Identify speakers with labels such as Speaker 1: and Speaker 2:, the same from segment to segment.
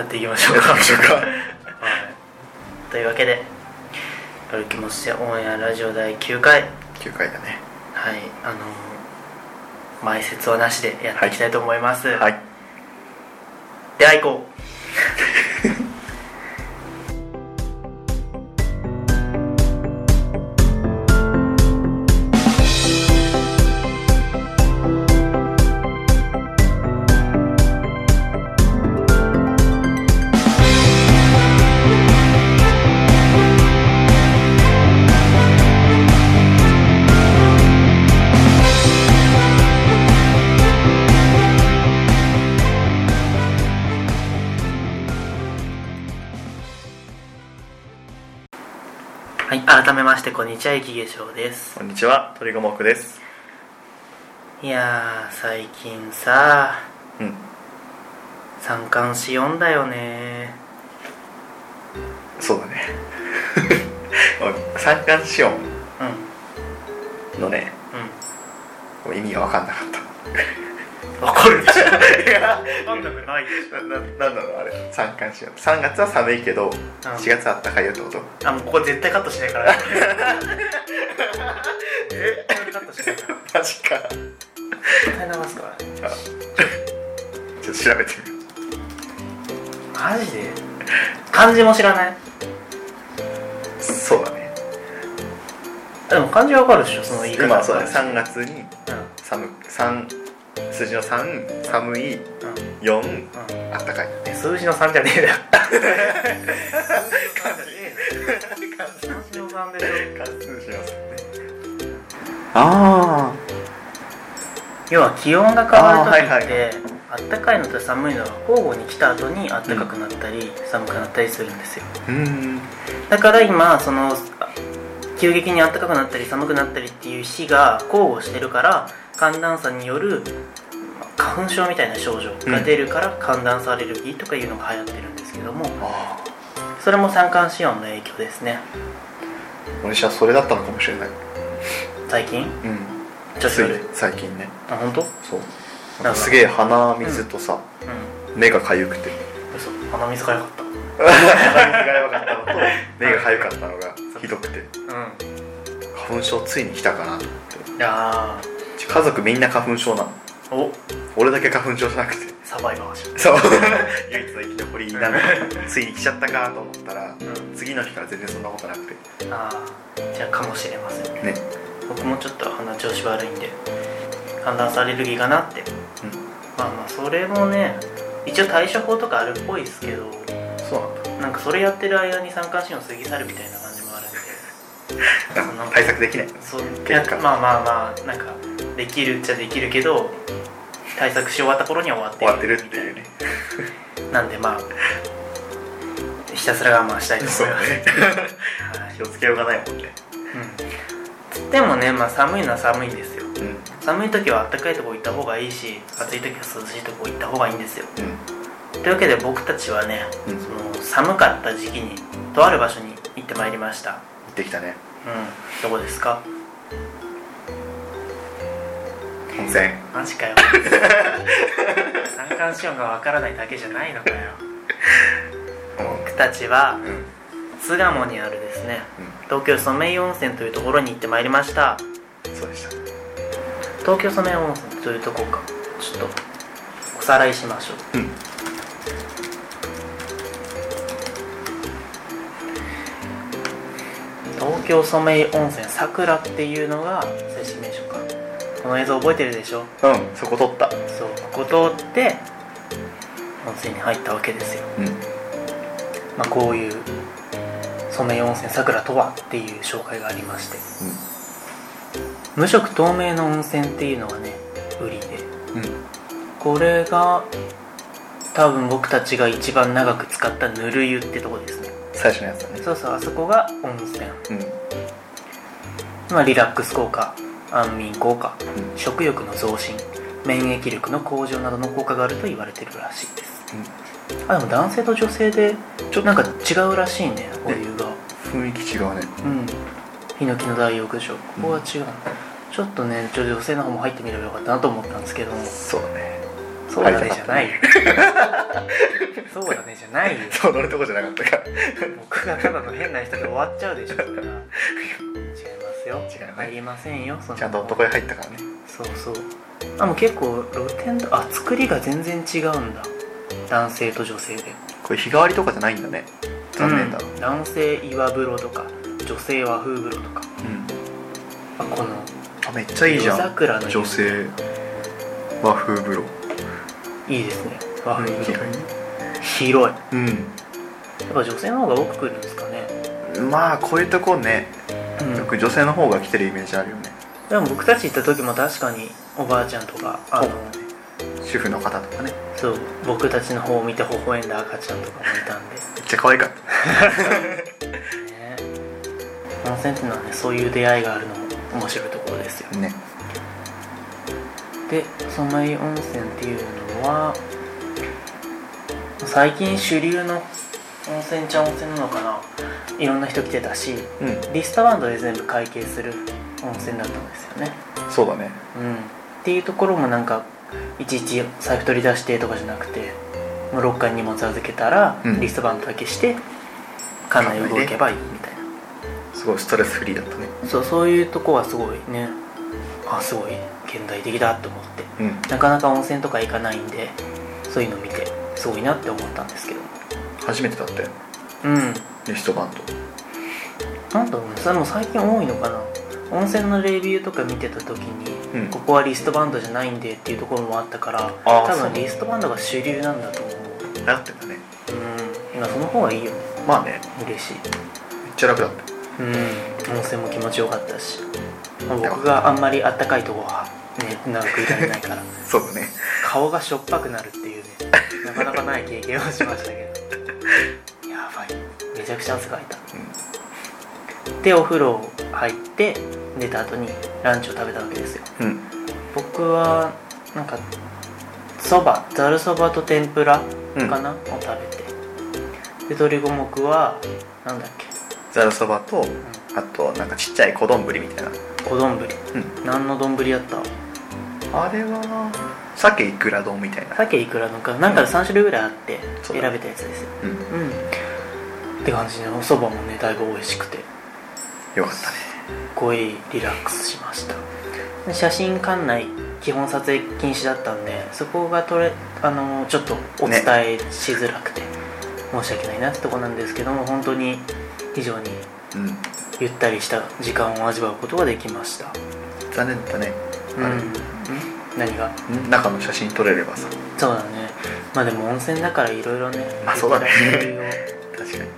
Speaker 1: っていきましょうか
Speaker 2: やっていきましょうか
Speaker 1: はい、というわけで「歩きもしてオンエアラジオ第9回」
Speaker 2: 9回だね
Speaker 1: はいあのー前説はなしでやっていきたいと思います、
Speaker 2: はい
Speaker 1: では行こうはい改めましてこんにちは雪化粧です
Speaker 2: こんにちは鳥五目です
Speaker 1: いやー最近さ
Speaker 2: うん
Speaker 1: 三冠詩読んだよね
Speaker 2: そうだね 三寒四温
Speaker 1: うんうん
Speaker 2: のね意味が分かんなかっ
Speaker 1: わかるでしょ
Speaker 2: たいや
Speaker 1: 分かんなくないでし
Speaker 2: なななんなのあれ三寒四温3月は寒いけど4月は暖かいよってこと
Speaker 1: あもうここ絶対カットしないから絶対カットしないから
Speaker 2: マジか
Speaker 1: 絶対流すからね
Speaker 2: じゃあちょっと調べてみよ
Speaker 1: マジで漢字も知らないう
Speaker 2: そうだね
Speaker 1: でも漢字わかるでしょその言い方
Speaker 2: 今はそうだね3月に
Speaker 1: うん
Speaker 2: 寒三数字の3寒い
Speaker 1: うん
Speaker 2: 4
Speaker 1: うん
Speaker 2: あ ったかい
Speaker 1: え数字の3じゃねえだよ数字の3でしょ
Speaker 2: 関数しますねあ
Speaker 1: 要は気温が変わる
Speaker 2: あーはい
Speaker 1: 時ってあったかいのと寒いのが交互に来た後にあったかくなったり、寒くなったりするんですよ
Speaker 2: あうん
Speaker 1: だから今そのあ急激に暖かくなったり寒くなったりっていう日が交互してるから寒暖差によるまあ花粉症みたいな症状が出るから寒暖差アレルギーとかいうのが流行ってるんですけども
Speaker 2: あ
Speaker 1: それも三寒四温の影響ですね
Speaker 2: あ私はそれだったのかもしれない
Speaker 1: 最近
Speaker 2: うん
Speaker 1: 女子より
Speaker 2: つい最近ね
Speaker 1: あ本当？うん
Speaker 2: そう
Speaker 1: な
Speaker 2: なん
Speaker 1: ん
Speaker 2: か
Speaker 1: か
Speaker 2: すげえ鼻水とさ、目がかゆくて
Speaker 1: 嘘鼻水が良かった
Speaker 2: 鼻水がやばかったのと目がかゆかったのがひどくて
Speaker 1: う
Speaker 2: 花粉症ついに来たかなと
Speaker 1: んいや
Speaker 2: うち家族みんな花粉症なの
Speaker 1: ーお
Speaker 2: 俺だけ花粉症じゃなくて
Speaker 1: サバイバーじ
Speaker 2: そう唯一の生き残りなのについに来ちゃったかと思ったら
Speaker 1: ゃん、うん
Speaker 2: 次の日から全然そんなことなくて
Speaker 1: ああじゃあかもしれません
Speaker 2: ね
Speaker 1: 僕もちょっと鼻調子悪いんで寒暖差アレルギーかなって
Speaker 2: うん
Speaker 1: まあまあそれもね一応対処法とかあるっぽいですけど
Speaker 2: そうなんだ
Speaker 1: なんかそれやってる間に三寒四温過ぎ去るみたいな感じもあるんでその
Speaker 2: 対策できない
Speaker 1: そういや
Speaker 2: 結果
Speaker 1: まあまあまあなんかできるっちゃできるけど対策し終わった頃には終わって
Speaker 2: 終わってるっていうね
Speaker 1: なんでまあひたすら我慢したいと思います、
Speaker 2: ね
Speaker 1: はい
Speaker 2: 気をつけようがないもんね
Speaker 1: うん、つってもね、まあ、寒いのは寒いんですよ
Speaker 2: うんうん
Speaker 1: 寒い時は暖かいとこ行った方がいいし暑い時は涼しいとこ行った方がいいんですよというわけで僕たちはね
Speaker 2: うん
Speaker 1: その寒かった時期にとある場所に行ってまいりました
Speaker 2: 行ってきたね
Speaker 1: うんどこですか
Speaker 2: 温泉
Speaker 1: マジか よ三寒四温がわからないだけじゃないのかよ僕たちは
Speaker 2: うんうん
Speaker 1: 巣鴨にあるですね東京ソメイヨ温泉というところに行ってまいりました
Speaker 2: そうでした
Speaker 1: 東京ソメイヨ温泉というとこかちょっとおさらいしましょう
Speaker 2: うん
Speaker 1: 東京ソメイ温泉さくらっていうのが正式名称かこの映像覚えてるでしょ
Speaker 2: うんそこ取った
Speaker 1: そうここ通って温泉に入ったわけですよ、
Speaker 2: うん
Speaker 1: まあ、こういうソメイヨ温泉さくらとはっていう紹介がありまして無色透明の温泉っていうのがね売りで
Speaker 2: うん
Speaker 1: これが多分僕たちが一番長く使ったぬる湯ってとこですね
Speaker 2: 最初のやつだね
Speaker 1: そうそうあそこが温泉
Speaker 2: うん
Speaker 1: まあ、リラックス効果安眠効果
Speaker 2: う
Speaker 1: 食欲の増進免疫力の向上などの効果があると言われてるらしいですあでも男性と女性でちょっとなんか違うらしいねお湯が
Speaker 2: うん雰囲気違うね
Speaker 1: うんヒノキの大浴場ここは違う、ちょっとねちょ女性の方も入ってみればよかったなと思ったんですけども
Speaker 2: そうだね
Speaker 1: そうだねじゃないよそうだねじゃ ないよ
Speaker 2: そう乗るとこじゃなかったから
Speaker 1: 僕がただの変な人で終わっちゃうでしょそれは違いますよ
Speaker 2: 違うね
Speaker 1: 入りませんよそん
Speaker 2: ちゃ
Speaker 1: なんも
Speaker 2: と男へ入ったからね
Speaker 1: そうそうあもう結構露天とあ作りが全然違うんだ男性と女性で
Speaker 2: これ日替わりとかじゃないんだね残念だ
Speaker 1: うん男性岩風呂とか女性和風風呂とか
Speaker 2: うん
Speaker 1: あこの
Speaker 2: あめっちゃいいじゃ
Speaker 1: 夜
Speaker 2: ん
Speaker 1: 桜の
Speaker 2: 女性和風風呂
Speaker 1: いいですね和風風呂
Speaker 2: い
Speaker 1: 広い
Speaker 2: うん
Speaker 1: やっぱ女性の方が多く来るんですかね、
Speaker 2: まあこういうとこね
Speaker 1: うん
Speaker 2: よく女性の方が来てるイメージあるよね
Speaker 1: でも僕たち行った時も確かにおばあちゃんとかあの
Speaker 2: 主婦の方とかね
Speaker 1: そう僕たちの方を見て微笑んだ赤ちゃんとかもいたんで
Speaker 2: めっちゃ可愛かった
Speaker 1: ね温泉っていうのはねそういう出会いがあるのも面白いところですよ
Speaker 2: ね
Speaker 1: でソメイ温泉っていうのは最近主流の温泉茶温泉なのかないろんな人来てたし
Speaker 2: うん
Speaker 1: リストバンドで全部会計する温泉だったんですよね
Speaker 2: そうだね
Speaker 1: うんっていうところもなんかいちいち財布取り出してとかじゃなくてもうロッカーに荷物預けたら、
Speaker 2: うん
Speaker 1: リストバンドだけして館内動けばいいみたいな
Speaker 2: すごいストレスフリーだったね
Speaker 1: そうそういうとこはすごいねあすごい現代的だと思って
Speaker 2: うん
Speaker 1: なかなか温泉とか行かないんでそういうの見てすごいなって思ったんですけど
Speaker 2: 初めてだったよ
Speaker 1: うん
Speaker 2: リストバンド
Speaker 1: なんだろうねそれも最近多いのかな温泉のレビューとか見てた時に、
Speaker 2: うん
Speaker 1: ここはリストバンドじゃないんでっていうところもあったから
Speaker 2: あ
Speaker 1: 多
Speaker 2: ーそうな
Speaker 1: 分
Speaker 2: の
Speaker 1: リストバンドが主流なんだと思う
Speaker 2: 流行ってたね
Speaker 1: うんまあその方がいいよね
Speaker 2: まあね
Speaker 1: 嬉しい
Speaker 2: めっちゃ楽だった
Speaker 1: うん温泉も気持ちよかったし、まあ僕があんまりあったかいとこはね長くいられない から
Speaker 2: そうだね
Speaker 1: 顔がしょっぱくなるっていうねなかなかない経験をしましたけ どやばいめちゃくちゃ汗かいたでお風呂入って出た後にランチを食べたわけですよ
Speaker 2: うん
Speaker 1: 僕はなんかそばざるそばと天ぷら
Speaker 2: うん
Speaker 1: かな、を食べてで鶏五目はなんだっけ
Speaker 2: ざるそばとあとなんかちっちゃい小丼みたいな
Speaker 1: 小丼
Speaker 2: うん
Speaker 1: 何の丼やった
Speaker 2: あれは鮭いくら丼みたいな
Speaker 1: 鮭いくらのかなんか3種類ぐらいあって
Speaker 2: そ
Speaker 1: 選
Speaker 2: うだね
Speaker 1: べたやつですよ
Speaker 2: うん
Speaker 1: うんって感じでおそばもねだいぶ美味しくて
Speaker 2: よかったね
Speaker 1: すっごいリラックスしましたで写真館内基本撮影禁止だったんでそこが撮れあのちょっとお伝えしづらくて、申し訳ないなってとこなんですけども本当に非常に
Speaker 2: うん
Speaker 1: ゆったりした時間を味わうことができました
Speaker 2: 残念だったね
Speaker 1: うん、
Speaker 2: あ
Speaker 1: ん何が
Speaker 2: 中の写真撮れればさ
Speaker 1: そうだねまあでも温泉だからいろいろね
Speaker 2: まあそうだね
Speaker 1: いろいろ
Speaker 2: 確かに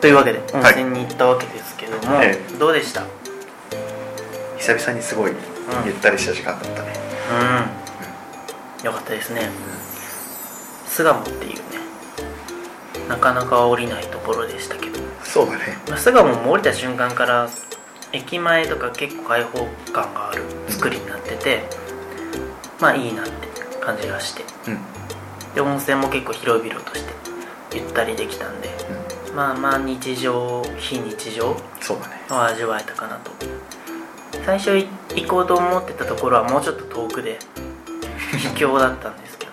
Speaker 1: というわけで温
Speaker 2: はい
Speaker 1: 泉に行ったわけですけども、
Speaker 2: え
Speaker 1: どうでした
Speaker 2: 久々にすごいゆったりした時間だったね、
Speaker 1: うん、よかったですね巣鴨っていうねなかなか降りないところでしたけど
Speaker 2: そうだね
Speaker 1: まあ巣鴨も降りた瞬間から駅前とか結構開放感がある作りになっててまあいいなって感じがして
Speaker 2: うん、うん、
Speaker 1: で温泉も結構広々としてゆったりできたんでまあまあ日常非日常
Speaker 2: そうだね
Speaker 1: を味わえたかなと最初い行こうと思ってたところはもうちょっと遠くで秘境だったんですけ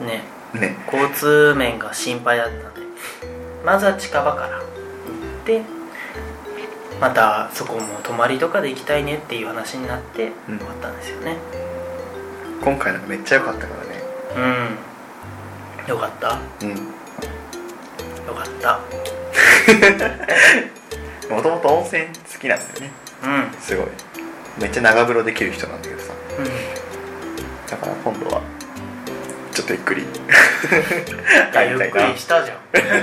Speaker 1: どね
Speaker 2: ね
Speaker 1: 交通面が心配だったんでまずは近場からでまたそこも泊まりとかで行きたいねっていう話になって
Speaker 2: うん
Speaker 1: 終わったんですよね
Speaker 2: 今回なんかめっちゃ良かったからね
Speaker 1: うんよかった
Speaker 2: うん
Speaker 1: よかった
Speaker 2: もともと温泉好きなんだよね
Speaker 1: うん、うん、
Speaker 2: すごいめっちゃ長風呂できる人なんだけどさだから今度はちょっとゆっくり
Speaker 1: いや
Speaker 2: 入
Speaker 1: ゆ
Speaker 2: りた
Speaker 1: っ
Speaker 2: い
Speaker 1: く
Speaker 2: な
Speaker 1: りしたじゃんゆっくり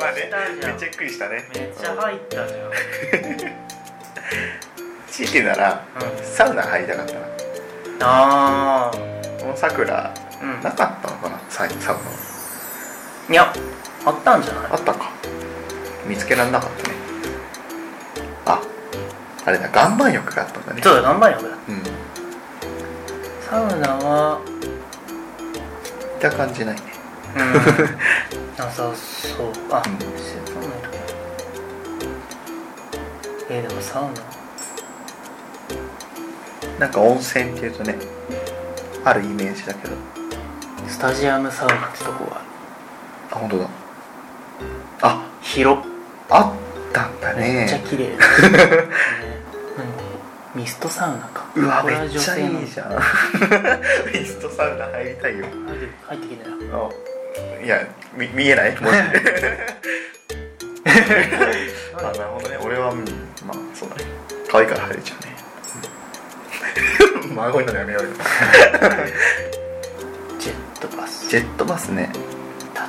Speaker 2: まあね
Speaker 1: したじゃ
Speaker 2: めっ
Speaker 1: ん
Speaker 2: ちゃゆっくりしたね
Speaker 1: めっちゃ入ったじゃん
Speaker 2: 強いてなら
Speaker 1: う、
Speaker 2: サウナ入りたかったなん
Speaker 1: ああ、
Speaker 2: このさくら
Speaker 1: うん
Speaker 2: なかったのかなサイサウナ
Speaker 1: いやあったんじゃない
Speaker 2: あったか見つけられなかったねああれだ岩盤浴があったんだね
Speaker 1: そうだ頑張れよ俺
Speaker 2: うん
Speaker 1: サウナは
Speaker 2: 行った感じないね
Speaker 1: うん なさそうあ、
Speaker 2: う
Speaker 1: サウ
Speaker 2: ん
Speaker 1: ナいるかえー、でもサウナ
Speaker 2: なんか温泉っていうとねあるイメージだけど
Speaker 1: スタジアムサウナってとこは
Speaker 2: あ本当だあ
Speaker 1: 広っ
Speaker 2: あったんだ
Speaker 1: めっちゃ
Speaker 2: ね
Speaker 1: 綺麗、ね、 何ミストサウナか
Speaker 2: うわ
Speaker 1: こ
Speaker 2: め
Speaker 1: れは
Speaker 2: っ
Speaker 1: 女
Speaker 2: ちゃ
Speaker 1: 性なの
Speaker 2: いいじゃんミストサウナ入りたいよ
Speaker 1: 入って入ってきてな
Speaker 2: あいやみ見え ない文字あなるほどね俺は、うん、まあそうだね可愛いから入れちゃうね孫いのやめようよ
Speaker 1: ジェットバス
Speaker 2: ジェットバスね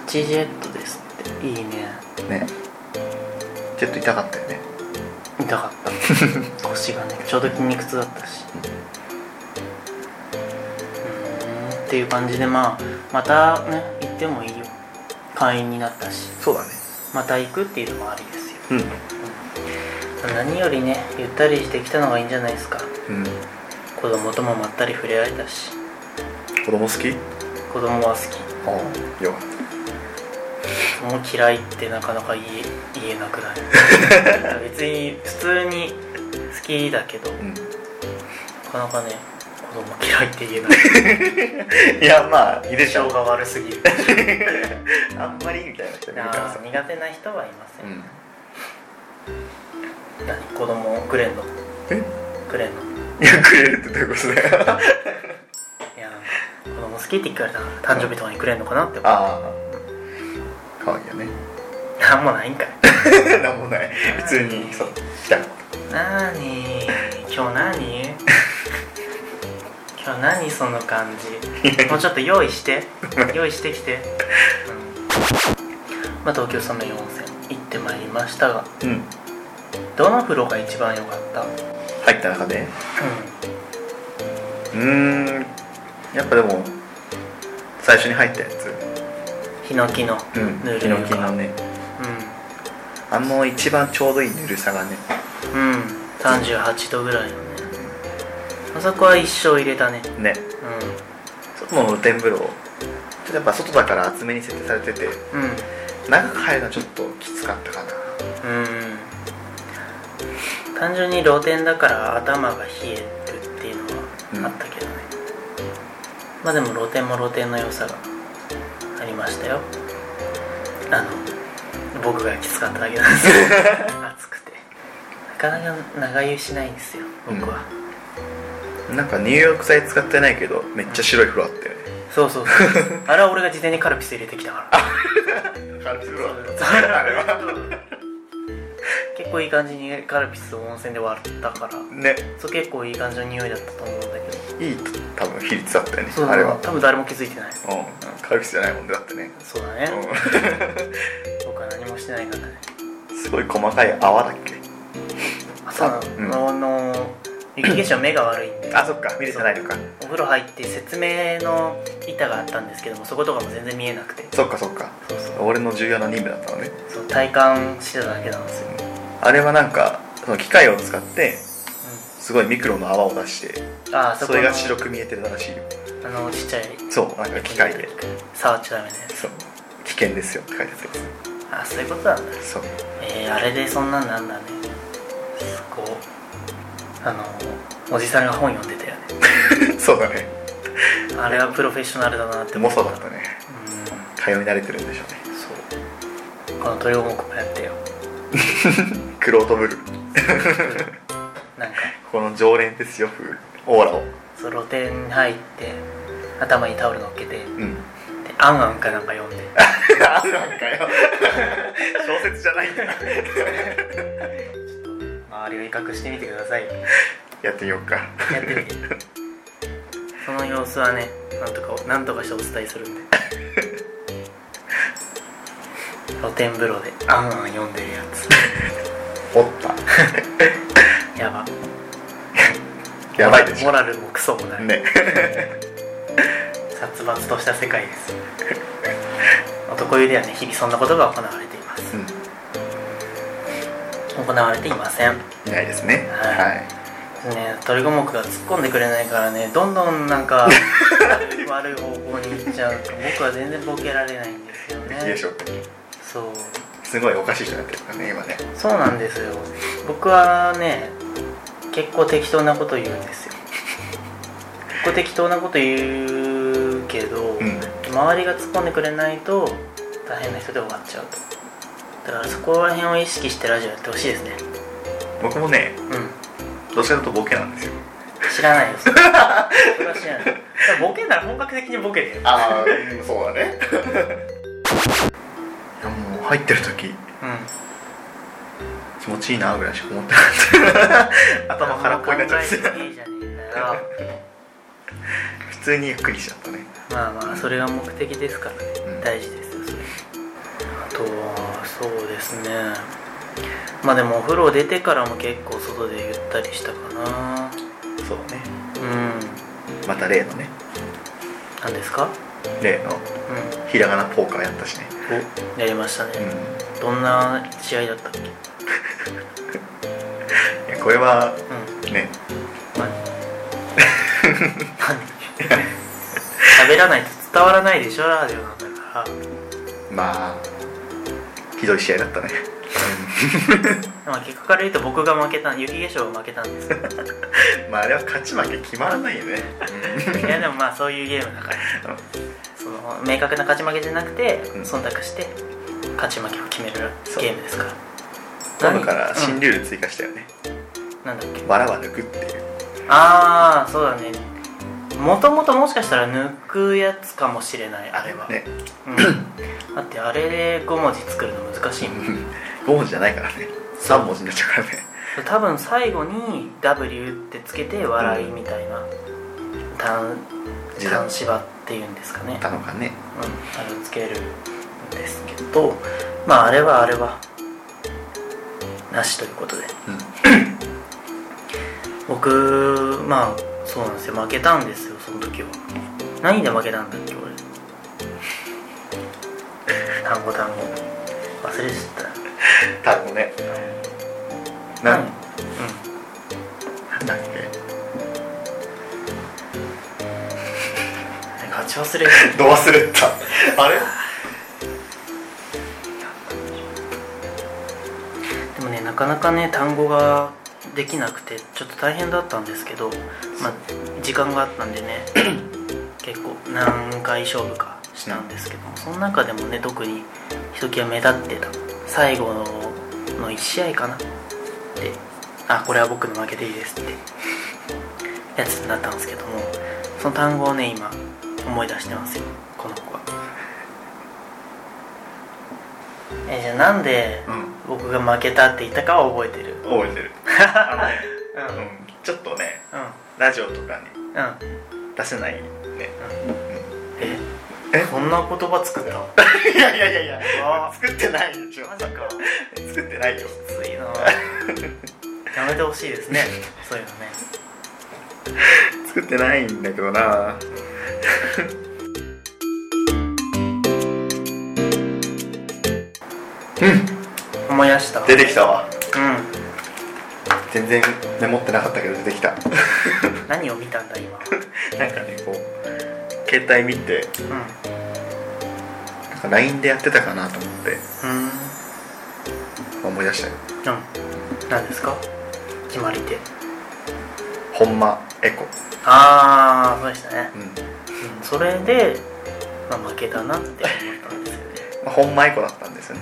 Speaker 1: 立ちジェットですっていいね
Speaker 2: ねジェット痛かったよね
Speaker 1: 痛かった腰がねちょうど筋肉痛だったしうーんっていう感じでまあまたね行ってもいいよ会員になったし
Speaker 2: そうだね
Speaker 1: また行くっていうのもありですよ
Speaker 2: うん、
Speaker 1: 何よりねゆったりしてきたのがいいんじゃないですか
Speaker 2: うん、
Speaker 1: 子供ともまったり触れ合えたし
Speaker 2: 子供好き
Speaker 1: 子供は好
Speaker 2: ああよかっ
Speaker 1: きもう嫌いってなかなか言え言えなくない別に普通に好きだけど
Speaker 2: た、うん
Speaker 1: なかなかね子供嫌いって言えない
Speaker 2: いやまあいるで
Speaker 1: 印
Speaker 2: し
Speaker 1: 象
Speaker 2: ょ
Speaker 1: が悪すぎる
Speaker 2: あんまりみたいな人いるから
Speaker 1: あ
Speaker 2: さ
Speaker 1: ー苦手な人はいませ、
Speaker 2: うんん
Speaker 1: 何子供くれんの
Speaker 2: え
Speaker 1: くれんの
Speaker 2: いやくれるってどういうことだよ
Speaker 1: いや子供好きって聞かれたから誕生日とかにくれんのかなって思う
Speaker 2: ああ可愛いよね
Speaker 1: なんもないんかい
Speaker 2: なんもない普通にそう来た
Speaker 1: なーに今日何 今日何その感じもうちょっと用意して用意してきて、うんまあ、東京ソメイヨ温泉行ってまいりましたが
Speaker 2: うん
Speaker 1: どの風呂が一番良かった、うん、
Speaker 2: 入った中でうーんやっぱでも最初に入ったやつ
Speaker 1: ヒノキの
Speaker 2: うん
Speaker 1: ぬる
Speaker 2: ヒ
Speaker 1: いの
Speaker 2: ノキのね
Speaker 1: う
Speaker 2: あの一番ちょうどいいぬるさがね
Speaker 1: ん、うん、38度ぐらいのねあそこは一生入れたね
Speaker 2: ね
Speaker 1: う
Speaker 2: 外の露天風呂ちょっとやっぱ外だから厚めに設定されてて
Speaker 1: んうん
Speaker 2: 長く入るのはちょっときつかったかな
Speaker 1: うん単純に露天だから頭が冷えるっていうのはあったけどね、まあでも露天も露天の良さがありましたよあの僕がきつかっただけなんですけど暑くてなかなか長湯しないんですよ僕は、
Speaker 2: なんか入浴剤使ってないけどめっちゃ白い風呂あったよね
Speaker 1: そうそうそうあれは俺が事前にカルピス入れてきたから
Speaker 2: 軽い風呂
Speaker 1: あ
Speaker 2: あれは
Speaker 1: 結構いい感じにカルピスを温泉で割ったから
Speaker 2: ね
Speaker 1: そう結構いい感じの匂いだったと思うんだけど
Speaker 2: いい多分比率だったよね
Speaker 1: そう
Speaker 2: あれは
Speaker 1: 多分誰も気づいてない
Speaker 2: うんカルピスじゃないもんだってね
Speaker 1: そうだね、
Speaker 2: う
Speaker 1: 僕は何もしてないからね
Speaker 2: ん すごい細かい泡だっけ
Speaker 1: 朝の、
Speaker 2: うん
Speaker 1: あの雪化粧目が悪いんで
Speaker 2: あそっか見れてないのか
Speaker 1: お風呂入って説明の板があったんですけどもそことかも全然見えなくて
Speaker 2: そっかそっか
Speaker 1: そうそう
Speaker 2: 俺の重要な任務だったのね
Speaker 1: そう体感してただけなんですよ、
Speaker 2: あれはなんかその機械を使ってすごいミクロの泡を出して
Speaker 1: うん、ああそ
Speaker 2: そ
Speaker 1: この
Speaker 2: れが白く見えてるらしいよ
Speaker 1: あのちっちゃい
Speaker 2: そうなんか機械で
Speaker 1: 触っちゃダメなやつ
Speaker 2: そう危険ですよって書いてたや
Speaker 1: ああそういうことなんだ
Speaker 2: つそう
Speaker 1: えー、あれでそんなんなんだねすごいあのおじさんが本読んでたよね
Speaker 2: そうだね
Speaker 1: あれはプロフェッショナルだなって
Speaker 2: でも
Speaker 1: った
Speaker 2: そうだったね
Speaker 1: うん
Speaker 2: 通い慣れてるんでしょうね
Speaker 1: そうこの鳥をもこもやってよ
Speaker 2: クロートブル
Speaker 1: なんか
Speaker 2: この常連ですよ風オーラを
Speaker 1: そう露店入って頭にタオル乗っけてで
Speaker 2: うん
Speaker 1: 「あんあん」かなんか読んで
Speaker 2: あなんかよ小説じゃないんだ
Speaker 1: 周りを威嚇してみてくださいや
Speaker 2: やってみようか
Speaker 1: って みてその様子はねなんとかなんとかしてお伝えするんで露天風呂で「あんあん」読んでるや
Speaker 2: おった
Speaker 1: つやば
Speaker 2: やばいでし
Speaker 1: モ
Speaker 2: ょ
Speaker 1: ラルもクソもない、
Speaker 2: ね
Speaker 1: 殺伐とした世界です男湯ではね日々そんなことが行われています
Speaker 2: うん
Speaker 1: 行われていません
Speaker 2: いないですね
Speaker 1: は
Speaker 2: は
Speaker 1: ね鳥五目が突っ込んでくれないからねどんどんなん か悪い方向に行っちゃう僕は全然ボケられないんですよ
Speaker 2: いいいで
Speaker 1: ね
Speaker 2: しょう
Speaker 1: そう
Speaker 2: すごいおかしい人になってるからね今ね
Speaker 1: そうなんですよ僕はね結構適当なこと言うんですよこ適当なこと言うけど、
Speaker 2: うん
Speaker 1: 周りが突っ込んでくれないと大変な人で終わっちゃうとだからそこら辺を意識してラジオやってほしいですね
Speaker 2: 僕もね
Speaker 1: うん
Speaker 2: どっちかというとボケなんですよ
Speaker 1: 知らないです それは知らないだからボケなら本格的にボケてる
Speaker 2: ああそうだねいやもう入ってる時
Speaker 1: うん
Speaker 2: 気持ちいいなぐらいしか思ってなかった頭空っぽになっちゃって
Speaker 1: 考えていいじゃねえんだよ
Speaker 2: 普通にゆっくりしちゃったね
Speaker 1: まあまあそれが目的ですからね、
Speaker 2: うん
Speaker 1: 大事ですよそれあとはそうですねまあでもお風呂出てからも結構外でゆったりしたかな
Speaker 2: そうだね
Speaker 1: うん
Speaker 2: また例のね
Speaker 1: 何ですか
Speaker 2: 例の
Speaker 1: う
Speaker 2: ひらがなポーカーやったしね
Speaker 1: んやりましたね、
Speaker 2: う
Speaker 1: どんな試合だったっけうん
Speaker 2: んいやこれはね
Speaker 1: 何何喋らないと伝わらないでしょラジオなんだから
Speaker 2: まあひどい試合だったね
Speaker 1: まあ結果から言うと僕が負けた雪化粧が負けたんです けど
Speaker 2: まああれは勝ち負け決まらないよね
Speaker 1: いやでもまあそういうゲームだからその明確な勝ち負けじゃなくて、
Speaker 2: うん
Speaker 1: 忖度して勝ち負けを決める
Speaker 2: そう
Speaker 1: ゲームですから
Speaker 2: 今度から
Speaker 1: 何
Speaker 2: 新ルール追加したよね
Speaker 1: うんなんだっけ
Speaker 2: 藁は抜くっていう
Speaker 1: ああそうだねもともともしかしたら抜くやつかもしれないあれは、
Speaker 2: ね
Speaker 1: うん、だってあれで5文字作るの難しいもん
Speaker 2: 5文字じゃないからね
Speaker 1: そう
Speaker 2: 3文字になっちゃうからね
Speaker 1: 多分最後に「W」ってつけて笑いみたいな単
Speaker 2: 字だ
Speaker 1: 単芝っていうんですかね
Speaker 2: たのかね
Speaker 1: うん、あれをつけるんですけどまああれはあれはなしということで
Speaker 2: うん
Speaker 1: 僕まあそうなんですよ負けたんですよその時は何で負けたんだっけ俺単語単語忘れちゃった
Speaker 2: 単語ねな
Speaker 1: うん
Speaker 2: んなんだっけ
Speaker 1: 勝ち忘れしてる
Speaker 2: ど忘れた あれ
Speaker 1: でもねなかなかね単語ができなくてちょっと大変だったんですけど、まあ、時間があったんでね結構何回勝負かしたんですけどその中でもね特にひときわ目立ってた最後のの1試合かなであこれは僕の負けでいいですってやつになったんですけどもその単語をね今思い出してますよこの子はえじゃあなんで
Speaker 2: うん
Speaker 1: 僕が負けたって言ったかは覚えてる
Speaker 2: 覚えてるあのね、
Speaker 1: うんうん
Speaker 2: うん、ちょっとね
Speaker 1: うん
Speaker 2: ラジオとかに
Speaker 1: うん
Speaker 2: 出せないね、
Speaker 1: え
Speaker 2: え
Speaker 1: こんな言葉作った
Speaker 2: いやいやいやいや
Speaker 1: あ
Speaker 2: 作ってないよちょ
Speaker 1: マジか
Speaker 2: 作ってないよ
Speaker 1: きついなやめてほしいですねそういうのね
Speaker 2: 作ってないんだけどなうん
Speaker 1: 思い出した
Speaker 2: 出てきたわ
Speaker 1: う
Speaker 2: 全然メモってなかったけど出てきた
Speaker 1: ん何を見たんだ今
Speaker 2: なんかねこう携帯見て
Speaker 1: うんう
Speaker 2: なんか LINE でやってたかなと思って
Speaker 1: ーん
Speaker 2: 思い出したよ
Speaker 1: うん何ですか決まり手
Speaker 2: ほんまエコ
Speaker 1: ああそうでしたね、
Speaker 2: うん
Speaker 1: うん、それで、まあ、負けたなって思ったんですよね
Speaker 2: まあ、ほんまエコだったんですよね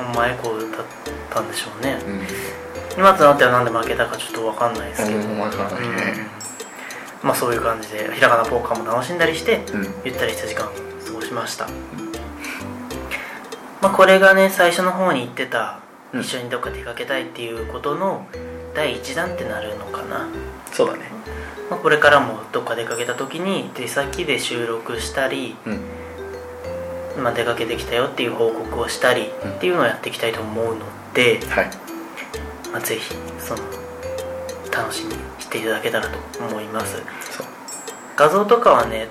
Speaker 1: うんお前こうだったんでしょうね
Speaker 2: うん
Speaker 1: 今となってはなんで負けたかちょっと分かんないですけど、
Speaker 2: ほんまエコだったね
Speaker 1: まあそういう感じでひらがなポーカーも楽しんだりして
Speaker 2: うん
Speaker 1: ゆったりした時間を過ごしました、まあ、これがね最初の方に言ってた
Speaker 2: うん
Speaker 1: 一緒にどっか出かけたいっていうことの第一弾ってなるのかな、
Speaker 2: そうだね
Speaker 1: まあ、これからもどっか出かけた時に出先で収録したり、
Speaker 2: うん
Speaker 1: まあ、出かけてきたよっていう報告をしたり
Speaker 2: うん
Speaker 1: っていうのをやっていきたいと思うので、
Speaker 2: はい
Speaker 1: まあ、ぜひその楽しみにしていただけたらと思います
Speaker 2: そう
Speaker 1: 画像とかはね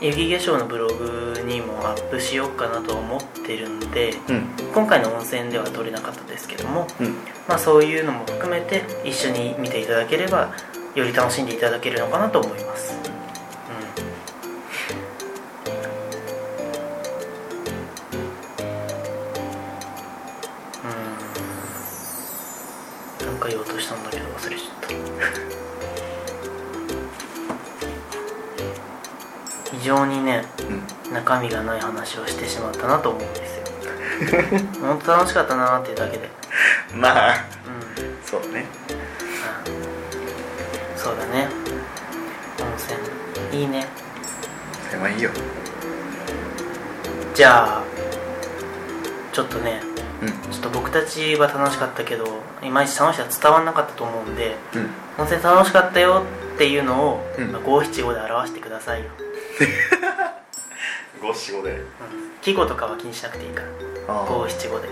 Speaker 1: 雪化粧のブログにもアップしようかなと思ってるので
Speaker 2: うん
Speaker 1: 今回の温泉では撮れなかったですけども、
Speaker 2: うん
Speaker 1: まあ、そういうのも含めて一緒に見ていただければより楽しんでいただけるのかなと思います、うん、うんなんか言おうとしたんだけど忘れちゃった 常にね
Speaker 2: うん
Speaker 1: 中身がない話をしてしまったなと思うんですよ本当楽しかったなーっていうだけで
Speaker 2: ま
Speaker 1: うん
Speaker 2: あそうね
Speaker 1: うんそうだね温泉いいね
Speaker 2: それはいいよ
Speaker 1: じゃあちょっとね
Speaker 2: うん
Speaker 1: ちょっと僕たちは楽しかったけどいまいち楽しさ伝わんなかったと思うんで
Speaker 2: うん
Speaker 1: 温泉楽しかったよっていうのを
Speaker 2: うん
Speaker 1: まあ五七五で表してくださいよ、
Speaker 2: 五七五で
Speaker 1: うん季語とかは気にしなくていいから
Speaker 2: あ
Speaker 1: 五七五で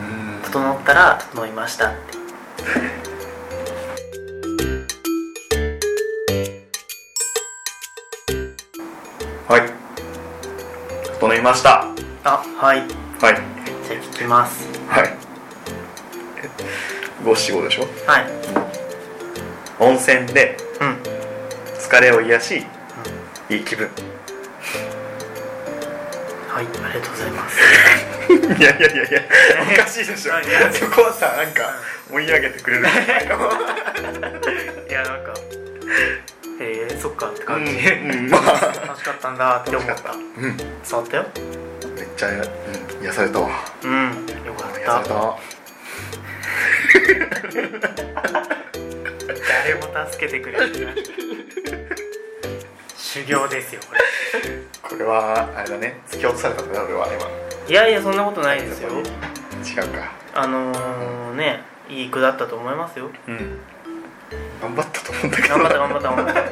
Speaker 2: うん
Speaker 1: 整ったら整いましたって
Speaker 2: はい整いました
Speaker 1: あはい
Speaker 2: はい
Speaker 1: じゃあ聞きます
Speaker 2: はい 五七五でしょ
Speaker 1: はい
Speaker 2: 温泉で
Speaker 1: うん
Speaker 2: 疲れを癒しいい気分
Speaker 1: はいありがとうございます
Speaker 2: いやいやいやいやおかしいでしょ
Speaker 1: いやいや
Speaker 2: そこはさなんか盛り上げて くれ
Speaker 1: い
Speaker 2: る
Speaker 1: やなんかへえそっかって
Speaker 2: う
Speaker 1: 感じ、
Speaker 2: んうんまあ
Speaker 1: 楽しかったんだって思った
Speaker 2: うん
Speaker 1: 伝わったよ
Speaker 2: めっちゃ、うん、癒されたわ
Speaker 1: うんよかっ
Speaker 2: 癒さ
Speaker 1: た
Speaker 2: れたわ
Speaker 1: 誰も助けてくれない修行ですよこれ
Speaker 2: これはあれだね突き落とされたんだな俺は今
Speaker 1: いやいやそんなことないですよ
Speaker 2: 違うか
Speaker 1: あのー、ねいい句だったと思いますよ
Speaker 2: うん頑張ったと思うんだけど
Speaker 1: 頑張った頑張った頑張 った頑張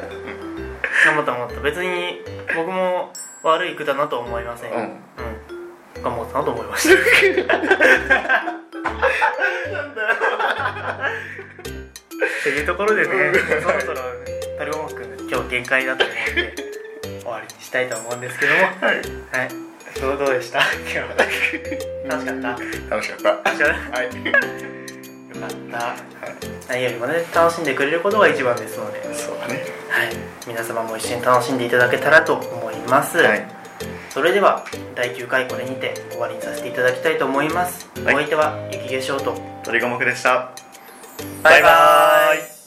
Speaker 1: った頑張った別に僕も悪い句だなとは思いません
Speaker 2: うん
Speaker 1: うん、頑張ったなと思いましたっていうところでね、そろそろ鳥山くん今日限界だと思うんで終わりにしたいと思うんですけどもはいどうどうでした今日は楽しかった
Speaker 2: 楽しかった
Speaker 1: 楽しかっ
Speaker 2: はい
Speaker 1: たよかった何よりもね楽しんでくれることが一番ですので
Speaker 2: そうだね
Speaker 1: はい、皆様も一緒に楽しんでいただけたらと思います、
Speaker 2: はい
Speaker 1: それでは第9回これにて終わりにさせていただきたいと思います、
Speaker 2: はい
Speaker 1: お相手は雪化粧と
Speaker 2: 鳥五目でした
Speaker 1: バイバーイ